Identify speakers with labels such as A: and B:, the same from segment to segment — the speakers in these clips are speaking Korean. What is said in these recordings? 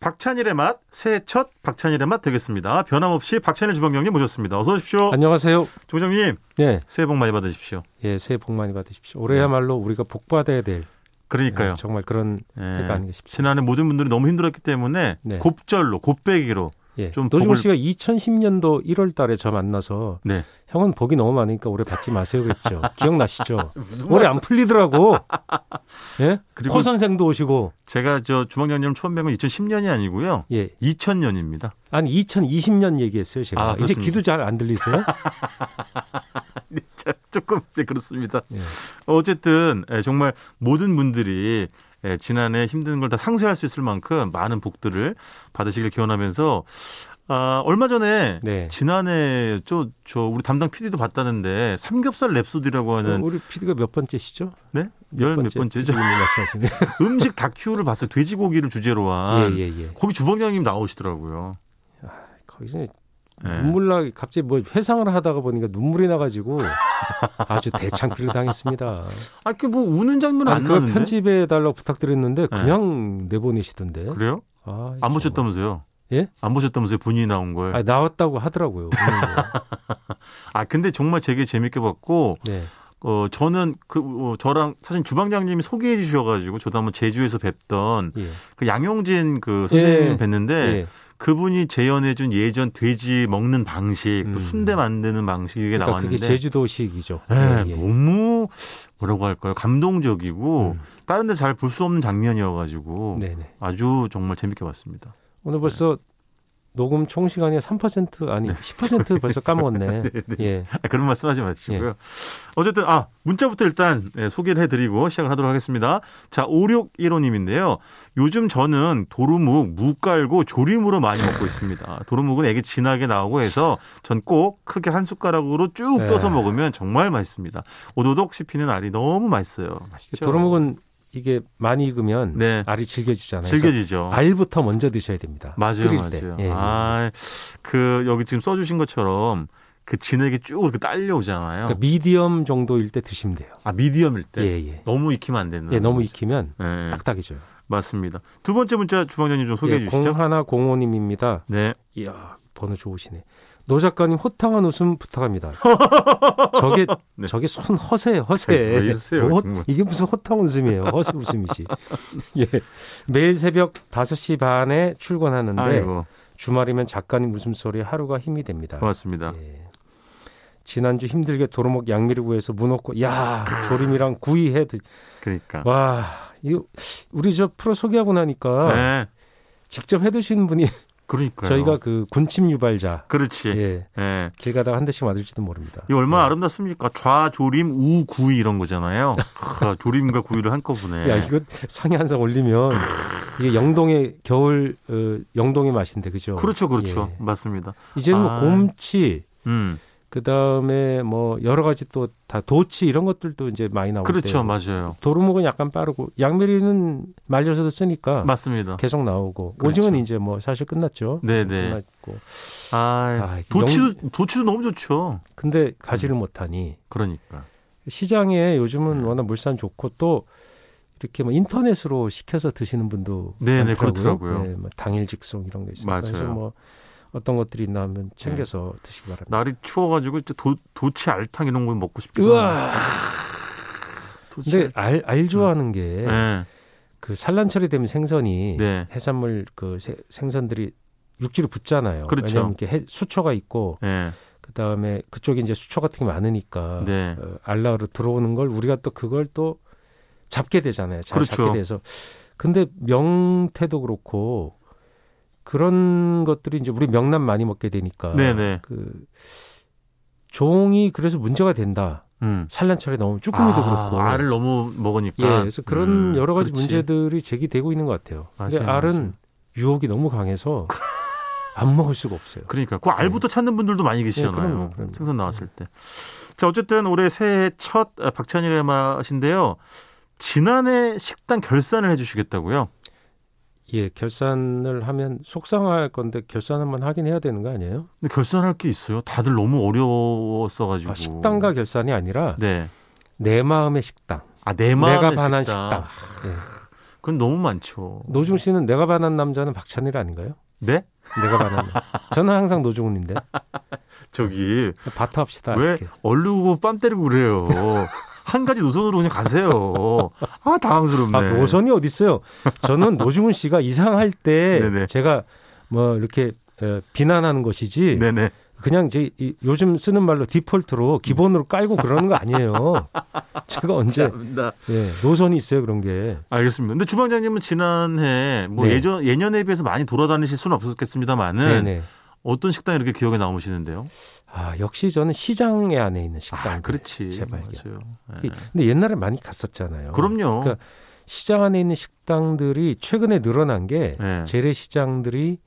A: 박찬일의 맛 새해 첫 박찬일의 맛 되겠습니다. 변함없이 박찬일 주방장님 모셨습니다. 어서 오십시오.
B: 안녕하세요.
A: 조장님
B: 네,
A: 새해 복 많이 받으십시오.
B: 예, 새해 복 많이 받으십시오. 올해야말로 우리가 복 받아야 될
A: 네. 그러니까요.
B: 예, 정말 그런
A: 예.
B: 해가 그러니까 아닌가 싶습니다.
A: 지난해 모든 분들이 너무 힘들었기 때문에
B: 네.
A: 곱절로 곱배기로
B: 예.
A: 좀
B: 노중훈
A: 복을-
B: 씨가 2010년도 1월달에 저 만나서
A: 네.
B: 형은 복이 너무 많으니까 올해 받지 마세요 그랬죠. 기억나시죠?
A: 무슨
B: 올해 안 풀리더라고. 예,
A: 그리고-
B: 코 선생도 오시고
A: 제가 저 주방장님 처음 뵌 건 2010년이 아니고요.
B: 예,
A: 2000년입니다.
B: 한 2020년 얘기했어요 제가.
A: 아,
B: 이제
A: 그렇습니다.
B: 귀도 잘 안 들리세요?
A: 조금 네, 그렇습니다.
B: 예.
A: 어쨌든 예, 정말 모든 분들이 예, 지난해 힘든 걸 다 상쇄할 수 있을 만큼 많은 복들을 받으시길 기원하면서 아, 얼마 전에
B: 네.
A: 지난해 저, 저 우리 담당 PD도 봤다는데 삼겹살 랩소디라고
B: 어,
A: 하는
B: 우리 PD가 몇 번째시죠?
A: 네? 열 몇 번째죠.
B: PD님 말씀하시네.
A: 음식 다큐를 봤어요. 돼지고기를 주제로 한
B: 예, 예, 예.
A: 거기 주방장님 나오시더라고요.
B: 거기서
A: 예.
B: 눈물 나 갑자기 뭐 회상을 하다가 보니까 눈물이 나가지고 아주 대창피를 당했습니다.
A: 아, 그 뭐 우는 장면 은안
B: 아니, 그걸
A: 나는데. 네.
B: 편집해 달라고 부탁드렸는데 그냥 내보내시던데.
A: 그래요?
B: 아,
A: 안
B: 정말.
A: 보셨다면서요?
B: 예?
A: 안 보셨다면서요? 본인이 나온 걸.
B: 아, 나왔다고 하더라고요. 오늘.
A: 아 근데 정말 되게 재밌게 봤고
B: 네.
A: 어 저는 그 어, 저랑 사실 주방장님이 소개해 주셔가지고 저도 한번 제주에서 뵙던
B: 예.
A: 그 양용진 그 선생님
B: 예.
A: 뵀는데
B: 예.
A: 그분이 재연해 준 예전 돼지 먹는 방식 또
B: 음.
A: 순대 만드는 방식 이게
B: 그러니까 그게
A: 나왔는데
B: 제주도식이죠.
A: 예,
B: 예, 예.
A: 너무 뭐라고 할까요 감동적이고
B: 음.
A: 다른 데 잘 볼 수 없는 장면이어가지고
B: 네네.
A: 아주 정말 재밌게 봤습니다.
B: 오늘
A: 네.
B: 벌써 녹음 총 시간이 3% 아니 10% 벌써 까먹었네. 예.
A: 아, 그런 말씀하지 마시고요. 어쨌든 아 문자부터 일단 예, 소개를 해드리고 시작을 하도록 하겠습니다. 자 5615님인데요. 요즘 저는 도루묵, 무 깔고 조림으로 많이 먹고 있습니다. 도루묵은 애기 진하게 나오고 해서 전 꼭 크게 한 숟가락으로 쭉
B: 네.
A: 떠서 먹으면 정말 맛있습니다. 오도독 씹히는 알이 너무 맛있어요. 맛있죠?
B: 도루묵은 이게 많이 익으면
A: 그렇죠. 네.
B: 알이 질겨지잖아요. 그래서
A: 즐겨지죠.
B: 알부터 먼저 드셔야 됩니다.
A: 맞아요,
B: 끓일 때.
A: 맞아요.
B: 예, 예.
A: 아, 그 여기 지금 써주신 것처럼 그 진액이 쭉 이렇게 딸려오잖아요.
B: 그러니까 미디엄 정도일 때 드시면 돼요.
A: 아 미디엄일 때.
B: 예, 예.
A: 너무 익히면 안 되는.
B: 예, 너무 익히면
A: 예,
B: 딱딱해져요.
A: 맞습니다. 두 번째 문자 주방장님 좀 소개해
B: 예,
A: 주시죠.
B: 공하나 공호님입니다.
A: 네.
B: 이야, 번호 좋으시네. 노 작가님 호탕한 웃음 부탁합니다. 저게
A: 네.
B: 저게 손 허세 허세.
A: 왜 이러세요,
B: 뭐,
A: 정말.
B: 이게 무슨 호탕 웃음이에요? 허세 웃음이지. 예. 매일 새벽 5시 반에 출근하는데
A: 아이고
B: 주말이면 작가님 웃음소리에 하루가 힘이 됩니다.
A: 고맙습니다.
B: 예. 지난주 힘들게 도로목 양미리구에서 무넣고 야, 조림이랑 구이 해 드,
A: 그러니까.
B: 와, 이 우리 저 프로 소개하고 나니까
A: 네.
B: 직접 해 드시는 분이
A: 그러니까.
B: 저희가 그 군침 유발자.
A: 그렇지. 예.
B: 예. 길 가다가 한 대씩 맞을지도 모릅니다.
A: 이 얼마나
B: 예.
A: 아름답습니까? 좌 조림, 우 구이 이런 거잖아요. 크, 조림과 구이를 한꺼번에.
B: 야, 이거 상에 한 상 올리면 이게 영동의 겨울 어, 영동의 맛인데 그죠?
A: 그렇죠, 그렇죠.
B: 예.
A: 맞습니다.
B: 이제는 뭐
A: 아.
B: 곰치
A: 음,
B: 그다음에 뭐 여러 가지 또 다 도치 이런 것들도 이제 많이 나오고
A: 그렇죠, 맞아요.
B: 도루묵은 약간 빠르고 양미리는 말려서도 쓰니까
A: 맞습니다.
B: 계속 나오고
A: 그렇죠.
B: 오징어는 이제 뭐 사실 끝났죠.
A: 네네.
B: 끝났고.
A: 아,
B: 아,
A: 도치도 도치도 너무 좋죠.
B: 근데 가지를
A: 음.
B: 못하니
A: 그러니까.
B: 시장에
A: 네.
B: 요즘은 워낙 물산 좋고 또 이렇게 뭐 인터넷으로 시켜서 드시는 분도
A: 네네,
B: 많더라고요.
A: 그렇더라고요.
B: 네, 뭐 당일 직송 이런 게 있어요. 그래서
A: 맞아요. 네.
B: 뭐 어떤 것들이 있나 하면 챙겨서 드시기 바랍니다.
A: 날이 추워가지고 이제 도 도치 알탕 이런 거 먹고 싶기도 하고.
B: 우와.
A: 도치
B: 근데
A: 알탕.
B: 알, 알 좋아하는 게 그
A: 네.
B: 산란철이 되면 생선이
A: 네.
B: 해산물 그 세- 생선들이 육지로 붙잖아요.
A: 그렇죠.
B: 왜냐하면 이렇게 해- 수초가 있고
A: 네.
B: 그 다음에 그쪽에 이제 수초 같은 게 많으니까
A: 네.
B: 어, 알라로 들어오는 걸 우리가 또 그걸 또 잡게 되잖아요. 잘
A: 그렇죠.
B: 잡게 돼서. 근데 명태도 그렇고 그런 것들이 이제 우리 명란 많이 먹게 되니까
A: 네네.
B: 그 종이 그래서 문제가 된다.
A: 음.
B: 산란철에 너무 쭈꾸미도
A: 아,
B: 그렇고.
A: 알을 너무
B: 예,
A: 먹으니까.
B: 그래서 그런
A: 음,
B: 여러 가지
A: 그렇지.
B: 문제들이 제기되고 있는 것 같아요. 근데
A: 맞아요,
B: 알은
A: 맞아요.
B: 유혹이 너무 강해서 안 먹을 수가 없어요.
A: 그러니까 그 알부터 찾는 분들도 많이 계시잖아요.
B: 예, 그럼요, 그럼요.
A: 생선 나왔을 때. 자 어쨌든 올해 새해 첫 아, 박찬일의 맛인데요. 지난해 식당 결산을 해주시겠다고요?
B: 예, 결산을 하면 속상할 건데 결산만 하긴 해야 되는 거 아니에요?
A: 근데 결산할 게 있어요. 다들 너무 어려웠어가지고.
B: 아, 식당과 결산이 아니라
A: 네.
B: 내 마음의 식당.
A: 아내 마음의
B: 내가 반한
A: 식당.
B: 식당. 예.
A: 그건 너무 많죠.
B: 노중 씨는 내가 반한 남자는 박찬일 아닌가요?
A: 네?
B: 내가 반한. 남자. 저는 항상 노중훈인데
A: 저기
B: 바타합시다.
A: 왜
B: 아, 이렇게.
A: 얼르고 뺨 때리고 그래요. 한 가지 노선으로 그냥 가세요. 아 당황스럽네.
B: 아 노선이 어디 있어요? 저는 노중훈 씨가 이상할
A: 네네.
B: 때 제가 뭐 이렇게 에, 비난하는 것이지
A: 네네.
B: 그냥 이제 이- 요즘 쓰는 말로 디폴트로 기본으로 깔고 그러는 거 아니에요. 제가 언제
A: 감사합니다.
B: 예, 노선이 있어요 그런 게.
A: 알겠습니다. 근데 주방장님은 지난해 뭐
B: 네.
A: 예전 예년에 비해서 많이 돌아다니실 수는 없었겠습니다만은
B: 네네.
A: 어떤 식당이 이렇게 기억에 남으시는데요?
B: 아 역시 저는 시장의 안에 있는 식당.
A: 아, 그렇지.
B: 네. 제발요.
A: 맞아요. 예.
B: 근데 옛날에 많이 갔었잖아요.
A: 그럼요.
B: 그러니까 시장 안에 있는 식당들이 최근에 늘어난 게
A: 예.
B: 재래시장들이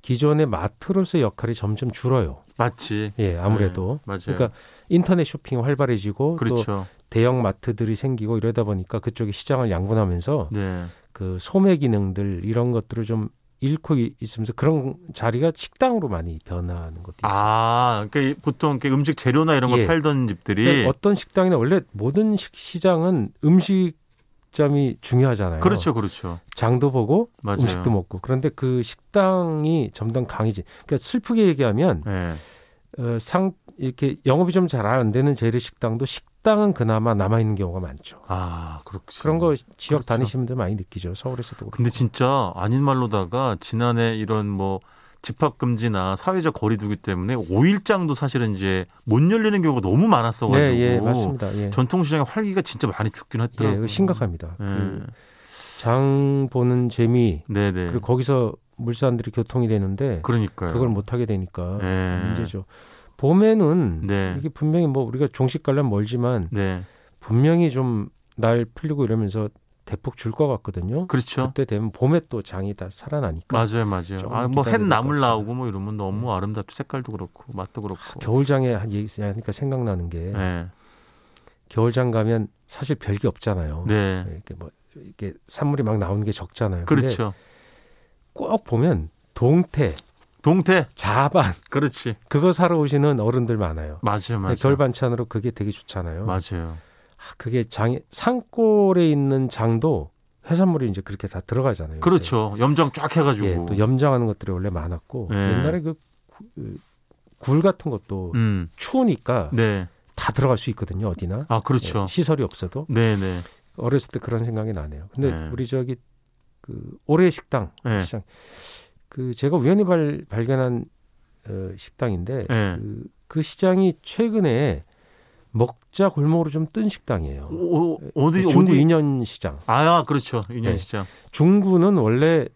B: 기존의 마트로서의 역할이 점점 줄어요.
A: 맞지.
B: 예, 아무래도.
A: 예, 맞아요.
B: 그러니까 인터넷 쇼핑이 활발해지고 또
A: 그렇죠.
B: 대형 마트들이 생기고 이러다 보니까 그쪽에 시장을 양분하면서
A: 네.
B: 그 소매 기능들 이런 것들을 좀 잃고 이- 있으면서 그런 자리가 식당으로 많이 변화하는 것도 있어요.
A: 아, 그러니까 이- 보통 이렇게 음식 재료나 이런 걸
B: 예.
A: 팔던 집들이
B: 그러니까 어떤 식당이나 원래 모든 식- 시장은 음식점이 중요하잖아요.
A: 그렇죠, 그렇죠.
B: 장도 보고
A: 맞아요.
B: 음식도 먹고 그런데 그 식당이 점점 강해지. 그러니까 슬프게 얘기하면
A: 예.
B: 어, 상 이렇게 영업이 좀 잘 안 되는 재래 식당도 식당은 그나마 남아 있는 경우가 많죠.
A: 아, 그렇지.
B: 그런 거 지역
A: 그렇죠.
B: 다니시는 분들 많이 느끼죠. 서울에서도 그렇고.
A: 근데 진짜 아닌 말로다가 지난해 이런 뭐 집합 금지나 사회적 거리두기 때문에 5일장도 사실은 이제 못 열리는 경우가 너무 많았어 가지고
B: 네, 예, 맞습니다. 예.
A: 전통 시장의 활기가 진짜 많이 죽긴
B: 예,
A: 했더라고요.
B: 이거 심각합니다.
A: 예.
B: 그 장 보는 재미
A: 네, 네.
B: 그리고 거기서 물산들이 교통이 되는데
A: 그러니까요.
B: 그걸 못 하게 되니까
A: 예.
B: 문제죠. 봄에는
A: 네.
B: 이게 분명히 뭐 우리가 종식 관련 멀지만
A: 네.
B: 분명히 좀 날 풀리고 이러면서 대폭 줄 것 같거든요.
A: 그렇죠.
B: 때 되면 봄에 또 장이 다 살아나니까
A: 맞아요, 맞아요.
B: 그 조금
A: 아, 뭐
B: 기다려야 될것
A: 햇나물
B: 같아요. 네. 아,
A: 나오고 뭐 이러면 너무 아름답죠. 색깔도 그렇고 맛도 그렇고.
B: 겨울장에 한 얘기하니까 생각나는 게
A: 네.
B: 겨울장 가면 사실 별게 없잖아요.
A: 네.
B: 이렇게 뭐 이렇게 산물이 막 나오는 게 적잖아요. 근데
A: 그렇죠.
B: 꼭 보면 동태,
A: 동태.
B: 자반
A: 그렇지.
B: 그거 사러 오시는 어른들 많아요. 네,
A: 맞아요, 맞아요.
B: 겨울 반찬으로 그게 되게 좋잖아요.
A: 맞아요.
B: 아, 그게 장 산골에 있는 장도 해산물이 이제 그렇게 다 들어가잖아요. 요새.
A: 그렇죠. 염장 쫙 해가지고.
B: 네, 예, 또 염장하는 것들이 원래 많았고
A: 예.
B: 옛날에 그 굴 같은 것도
A: 음.
B: 추우니까
A: 네.
B: 다 들어갈 수 있거든요 어디나
A: 아, 그렇죠.
B: 예, 시설이 없어도
A: 네, 네.
B: 어렸을 때 그런 생각이 나네요. 근데
A: 네.
B: 우리 저기 그 올해 식당
A: 예.
B: 시장 그 제가 우연히 발, 발견한 어, 식당인데
A: 예.
B: 그, 그 시장이 최근에 먹자 골목으로 좀 뜬 식당이에요. 그
A: 오, 오, 어디
B: 중구
A: 어디?
B: 인현 시장.
A: 아, 그렇죠.
B: 네.
A: 인연시장.
B: 중구는 원래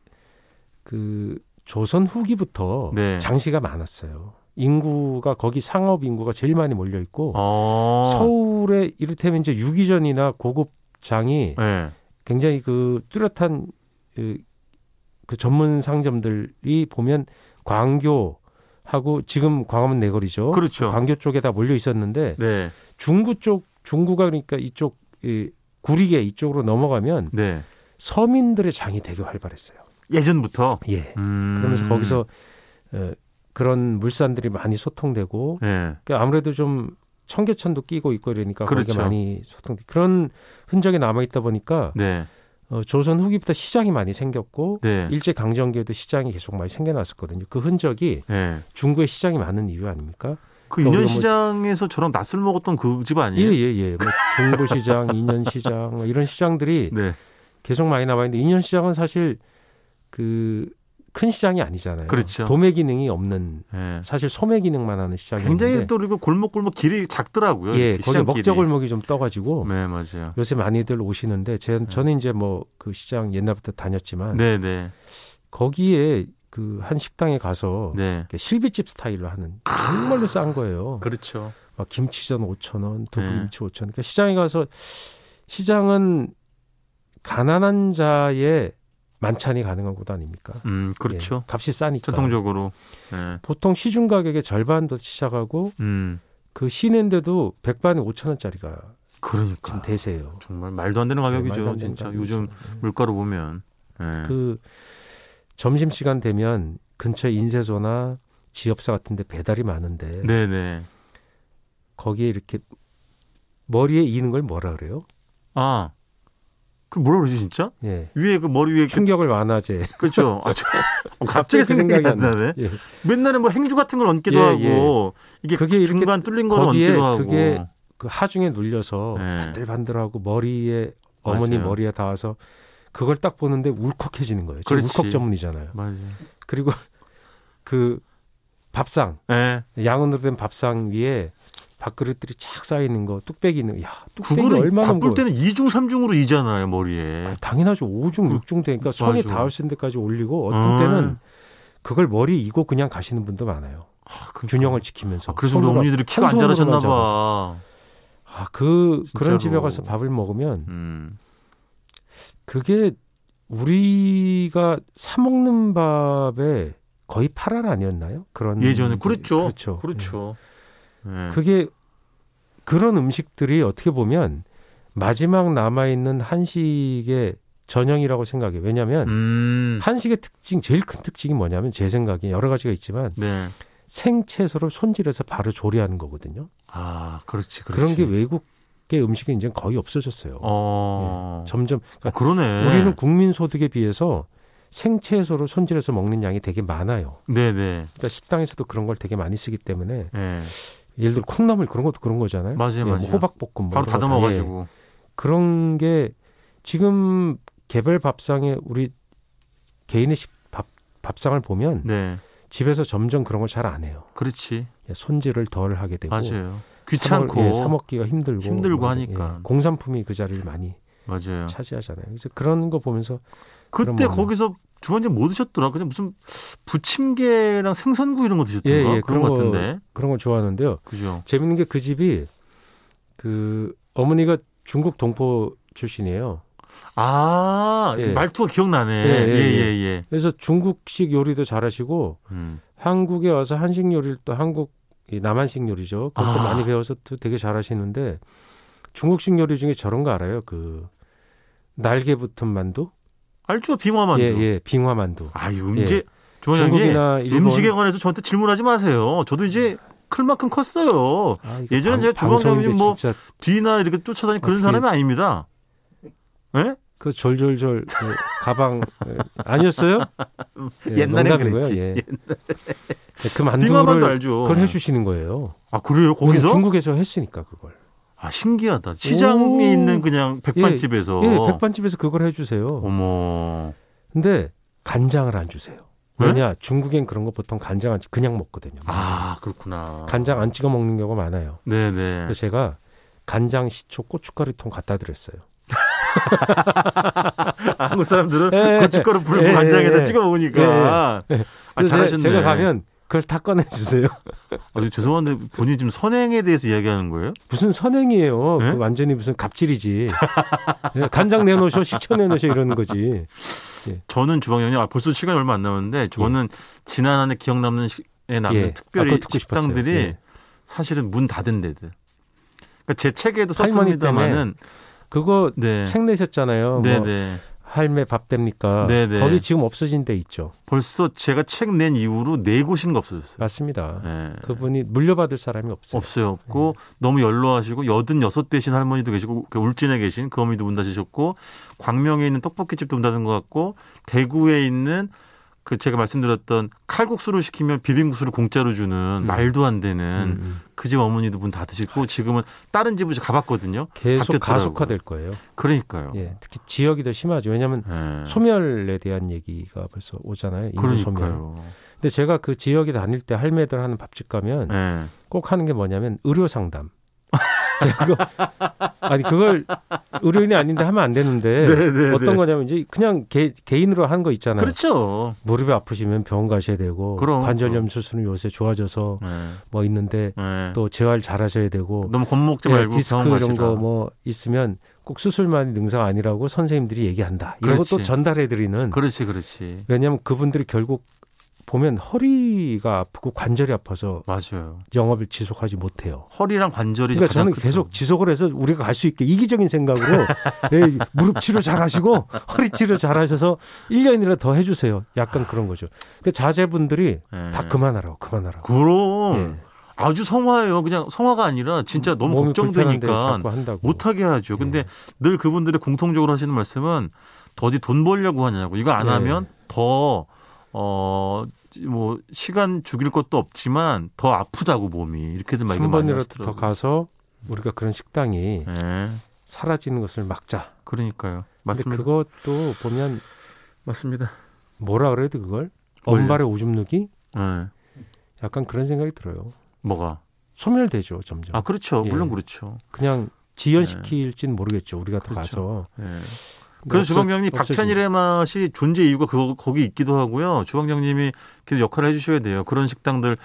B: 그 조선 후기부터
A: 네.
B: 장시가 많았어요. 인구가 거기 상업 인구가 제일 많이 몰려 있고
A: 어.
B: 서울에 이를테면 이제 유기전이나 고급 장이
A: 예.
B: 굉장히 그 뚜렷한 그, 그 전문 상점들이 보면 광교하고 지금 광화문 내거리죠.
A: 그렇죠.
B: 광교 쪽에 다 몰려 있었는데
A: 네.
B: 중구 쪽 중구가 그러니까 이쪽 이 구리계 이쪽으로 넘어가면
A: 네.
B: 서민들의 장이 되게 활발했어요.
A: 예전부터
B: 예.
A: 음.
B: 그러면서 거기서 어, 그런 물산들이 많이 소통되고
A: 예.
B: 그러니까 아무래도 좀 청계천도 끼고 있고 이러니까 거기가
A: 그렇죠.
B: 많이 소통 그런 흔적이 남아 있다 보니까
A: 네.
B: 어, 조선 후기부터 시장이 많이 생겼고
A: 네.
B: 일제 강점기에도 시장이 계속 많이 생겨났었거든요. 그 흔적이
A: 예.
B: 중국의 시장이 많은 이유 아닙니까?
A: 그
B: 그러니까 우리가 뭐-
A: 인연시장에서 저랑 낮술 먹었던 그 집
B: 예,
A: 아니에요?
B: 예, 예. 뭐 중부시장, 인현시장, 뭐 이런 시장들이
A: 네.
B: 계속 많이 남아있는데, 인현시장은 사실 그 큰 시장이 아니잖아요.
A: 그렇죠.
B: 도매 기능이 없는,
A: 예.
B: 사실 소매 기능만 하는 시장이
A: 굉장히
B: 있는데,
A: 또 그리고 골목골목 길이 작더라고요.
B: 예,
A: 이렇게
B: 거기
A: 그 시장길이.
B: 먹자골목이 좀 떠가지고,
A: 네, 맞아요.
B: 요새 많이들 오시는데, 제, 저는 이제 뭐 그 시장 옛날부터 다녔지만,
A: 네, 네.
B: 거기에 그 한 식당에 가서,
A: 네.
B: 이렇게 실비집 스타일로 하는 정말로 싼 거예요.
A: 그렇죠.
B: 막 김치전 5천 원,
A: 네.
B: 두부김치 5천 원. 그러니까 시장에 가서 시장은 가난한 자의 만찬이 가능한 곳 아닙니까?
A: 음, 그렇죠.
B: 예, 값이 싸니까.
A: 전통적으로. 예.
B: 보통 시중 가격의 절반도 시작하고
A: 음.
B: 그 시내인데도 백반에 5천 원짜리가 지금
A: 그러니까.
B: 대세예요.
A: 정말 말도 안 되는
B: 네, 말도
A: 가격이죠.
B: 안 되는
A: 진짜
B: 가격이죠. 네.
A: 요즘 물가로 보면. 예.
B: 그 점심 시간 되면 근처 인쇄소나 지업사 같은데 배달이 많은데
A: 네네.
B: 거기에 이렇게 머리에 이는 걸 뭐라 그래요?
A: 아, 그 뭐라 그러지 진짜?
B: 예.
A: 위에 그 머리 위에 그,
B: 충격을 완화제.
A: 그렇죠. 아, 저- 갑자기
B: 그
A: 생각이 안 나네.
B: 예.
A: 맨날에 뭐 행주 같은 걸 얹기도
B: 예,
A: 하고 이게
B: 그게 이렇게
A: 중간 뚫린 걸
B: 거기에
A: 얹기도 하고.
B: 그게 그 하중에 눌려서
A: 예.
B: 반들반들하고 머리에 어머니
A: 맞아요.
B: 머리에 닿아서 그걸 딱 보는데 울컥해지는 거예요. 제가
A: 그렇지.
B: 울컥 전문이잖아요.
A: 맞아요.
B: 그리고 그 밥상
A: 예.
B: 양은으로 된 밥상 위에 밥그릇들이 착 쌓여 있는 거 뚝배기 있는 거. 야 뚝배기
A: 그거를
B: 얼마나
A: 바쁠
B: 무거워요.
A: 때는 2중 3중으로 이잖아요, 머리에.
B: 아, 당연하죠.
A: 음. 그-
B: 5중, 그러니까 6중 되니까 손이
A: 맞아.
B: 닿을 수 있는 데까지 올리고 어떤
A: 아.
B: 때는 그걸 머리 이고 그냥 가시는 분도 많아요.
A: 아, 그-
B: 균형을 지키면서.
A: 아, 그래서 우리 어머니들이 키가 안
B: 한 손으로만
A: 자라셨나 봐.
B: 아, 그
A: 진짜로.
B: 그런 집에 가서 밥을 먹으면
A: 음.
B: 그게 우리가 사 먹는 밥에 거의 8알 아니었나요? 그런
A: 예전에
B: 게-
A: 그랬죠.
B: 그렇죠.
A: 그렇죠. 예.
B: 예. 그게 그런 음식들이 어떻게 보면 마지막 남아 있는 한식의 전형이라고 생각해요. 왜냐하면
A: 음.
B: 한식의 특징 제일 큰 특징이 뭐냐면 제 생각에 여러 가지가 있지만
A: 네.
B: 생채소를 손질해서 바로 조리하는 거거든요.
A: 아, 그렇지,
B: 그
A: 그렇지.
B: 런게 외국계 음식에 이제 거의 없어졌어요.
A: 어.
B: 점점
A: 아,
B: 그러니까
A: 그러네.
B: 우리는 국민 소득에 비해서 생채소를 손질해서 먹는 양이 되게 많아요.
A: 네, 네.
B: 그러니까 식당에서도 그런 걸 되게 많이 쓰기 때문에
A: 예.
B: 예를 들어 콩나물 그런 것도 그런 거잖아요.
A: 맞아요,
B: 뭐
A: 맞아요.
B: 호박볶음 뭐
A: 바로
B: 이런 거 다,
A: 다듬어
B: 예.
A: 가지고.
B: 그런 게 지금 개별 밥상에 우리 개인의 식, 밥 밥상을 보면
A: 네.
B: 집에서 점점 그런 걸 잘 안 해요.
A: 그렇지.
B: 예, 손질을 덜 하게 되고
A: 맞아요.
B: 사 먹-
A: 귀찮고
B: 예, 사 먹기가 힘들고
A: 힘들고
B: 뭐,
A: 하니까. 어.
B: 예, 공산품이 그 자리를 많이
A: 맞아요.
B: 차지하잖아요. 그래서 그런 거 보면서
A: 그때
B: 그런
A: 거기서 주원진 뭐 드셨더라? 그냥 무슨 부침개랑 생선구 이런 거 드셨던가?
B: 예, 예,
A: 그런
B: 그런
A: 거
B: 거-
A: 같은데.
B: 그런 걸 좋아하는데요.
A: 그죠?
B: 재밌는 게 그 집이 그 어머니가 중국 동포 출신이에요.
A: 아,
B: 예.
A: 말투가 기억나네.
B: 예, 예,
A: 예, 예, 예.
B: 그래서 중국식 요리도 잘하시고
A: 음.
B: 한국에 와서 한식 요리를 또 한국 이 남한식 요리죠. 그것도
A: 아.
B: 많이 배워서 또 되게 잘하시는데 중국식 요리 중에 저런 거 알아요? 그 날개 붙은 만두,
A: 알죠? 빙화만두.
B: 예, 예, 빙화 만두.
A: 아, 이 음제. 조원영이
B: 중국이나 일본 음.
A: 음식에 관해서 저한테 질문하지 마세요. 저도 이제 클 만큼 컸어요.
B: 아, 이거
A: 예전에 제가
B: 방- 방송인데
A: 주방장님 뭐-
B: 진짜
A: 뒤나 이렇게 쫓아다니 그런
B: 어떻게-
A: 사람이 아닙니다. 예?
B: 그 졸졸졸 그 가방 예, 아니었어요? 예,
A: 옛날엔
B: 농담이고요,
A: 그랬지.
B: 예. 그 만두를
A: 빙하만도 알죠.
B: 그걸 해주시는 거예요.
A: 아 그래요? 거기서?
B: 그건 중국에서 했으니까 그걸.
A: 아 신기하다. 시장에
B: 오.
A: 있는 그냥 백반집에서.
B: 예, 백반집에서 그걸
A: 어.
B: 해주세요.
A: 어머.
B: 근데 간장을 안 주세요.
A: 네?
B: 왜냐 중국엔 그런 거 보통 간장 안 그냥 먹거든요.
A: 아 그렇구나.
B: 간장 안 찍어 먹는 경우가 많아요.
A: 네네.
B: 그래서 제가 간장, 시초, 고춧가루통 갖다 드렸어요.
A: 아, 한국 사람들은
B: 예,
A: 고춧가루 불고
B: 예,
A: 간장에다
B: 예,
A: 찍어 먹으니까. 아,
B: 그래서
A: 잘하셨네.
B: 제가 가면 그걸 다 꺼내 주세요.
A: 아, 죄송한데 본인 지금 선행에 대해서 이야기하는 거예요?
B: 무슨 선행이에요.
A: 네?
B: 그 완전히 무슨 갑질이지. 예, 간장 내놓으셔, 식초 내놓으셔 이러는 거지.
A: 저는 주방장님 아, 벌써 시간이 얼마 안 남았는데 저는 지난 한해 기억 남는 시에 남는
B: 예.
A: 특별히
B: 아, 그거 듣고 싶었어요.
A: 식당들이
B: 예.
A: 사실은 문 닫은 데들. 그러니까 제 책에도
B: 할머니
A: 썼습니다만은
B: 그거
A: 네.
B: 책 내셨잖아요. 뭐
A: 네네.
B: 할매 밥 됩니까?
A: 네네.
B: 거기 지금 없어진 데 있죠.
A: 벌써 제가 책 낸 이후로 네 곳인가 없어졌어요.
B: 맞습니다. 네.
A: 예.
B: 아, 그분이 물려받을 사람이 없어요.
A: 없어요. 없고 너무 연로하시고 여든 여섯 되신 할머니도 계시고 그 울진에 계신 그 어머니도 문 닫으셨고 광명에 있는 떡볶이집도 문 닫은 것 같고 대구에 있는 그 제가 말씀드렸던 칼국수를 시키면 비빔국수를 공짜로 주는 말도 안 되는
B: 음, 음.
A: 그 집 어머니도 문 닫으시고 지금은 다른 집을 가봤거든요.
B: 계속
A: 바뀌었더라고요.
B: 가속화될 거예요.
A: 그러니까요.
B: 예, 특히 지역이 더 심하죠. 왜냐하면
A: 예.
B: 소멸에 대한 얘기가 벌써 오잖아요. 인구 소멸.
A: 그러니까요.
B: 근데 제가 그 지역에 다닐 때 할매들 하는 밥집 가면
A: 예.
B: 꼭 하는 게 뭐냐면 의료 상담. 제가 그거- 아니 그걸 의료인이 아닌데 하면 안 되는데
A: 네, 네,
B: 어떤
A: 네.
B: 거냐면 이제 그냥 개, 개인으로 하는 거 있잖아요.
A: 그렇죠.
B: 무릎이 아프시면 병원 가셔야 되고
A: 그럼, 어.
B: 관절염 수술은 요새 좋아져서
A: 예.
B: 뭐 있는데
A: 예.
B: 또 재활 잘 하셔야 되고
A: 너무 겁먹지
B: 예,
A: 말고
B: 디스크
A: 네, 병원
B: 이런
A: 가시라.
B: 거 뭐 있으면 꼭 수술만이 능사가 아니라고 선생님들이 얘기한다. 이런
A: 그렇지.
B: 것도 전달해 드리는
A: 그렇지, 그렇지.
B: 왜냐하면 그분들이 결국 보면 허리가 아프고 관절이 아파서
A: 맞아요.
B: 영업을 지속하지 못해요.
A: 허리랑 관절이
B: 그러니까
A: 가장
B: 저는
A: 큰 어.
B: 계속 지속을 해서 우리가 갈 수 있게 이기적인 생각으로 예, 무릎 치료 잘 하시고 허리 치료 잘 하셔서 1년이라 더 해주세요. 약간 그런 거죠. 그 자제분들이
A: 예.
B: 다 그만하라고, 그만하라고.
A: 그럼. 아주 성화예요. 그냥 성화가 아니라 진짜 너무
B: 예. 몸이 불편한데
A: 걱정되니까
B: 자꾸 한다고.
A: 못하게 하죠. 근데
B: 예.
A: 늘 그분들이 공통적으로 하시는 말씀은 더 어디 돈 벌려고 하냐고. 이거 안
B: 네.
A: 하면 더, 어, 뭐, 시간 죽일 것도 없지만 더 아프다고 몸이. 이렇게들 막
B: 한
A: 얘기 많이
B: 번이라도 더
A: 하시더라고요.
B: 가서 우리가 그런 식당이
A: 예.
B: 사라지는 것을 막자.
A: 그러니까요.
B: 근데
A: 맞습니다.
B: 그것도 보면
A: 맞습니다.
B: 뭐라 그래야 돼 그걸?
A: 뭘요?
B: 엄발의 오줌 누기?
A: 예.
B: 약간 그런 생각이 들어요.
A: 뭐가?
B: 소멸되죠 점점.
A: 아, 그렇죠.
B: 예.
A: 물론 그렇죠.
B: 그냥 지연시킬진 모르겠죠. 우리가 더 가서.
A: 예. 그래서 주방장님이
B: 없어지-
A: 박찬일의 맛이 존재 이유가 그거, 거기 있기도 하고요. 주방장님이 계속 역할을 해주셔야 돼요. 그런 식당들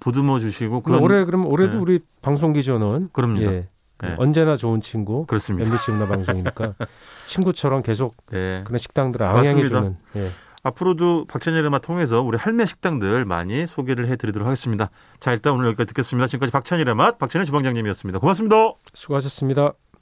A: 보듬어 주시고
B: 근데
A: 그런
B: 올해 그럼 올해도
A: 예.
B: 우리 방송 기조는
A: 그럽니다.
B: 예, 그
A: 예.
B: 언제나 좋은 친구
A: 그렇습니다.
B: MBC 문화 방송이니까 친구처럼 계속
A: 네.
B: 그런 식당들을 항양해
A: 맞습니다.
B: 주는 예.
A: 앞으로도 박찬일의 맛 통해서 우리 할매 식당들 많이 소개를 해드리도록 하겠습니다. 자 일단 오늘 여기까지 듣겠습니다. 지금까지 박찬일의 맛 박찬일 주방장님이었습니다. 고맙습니다.
B: 수고하셨습니다.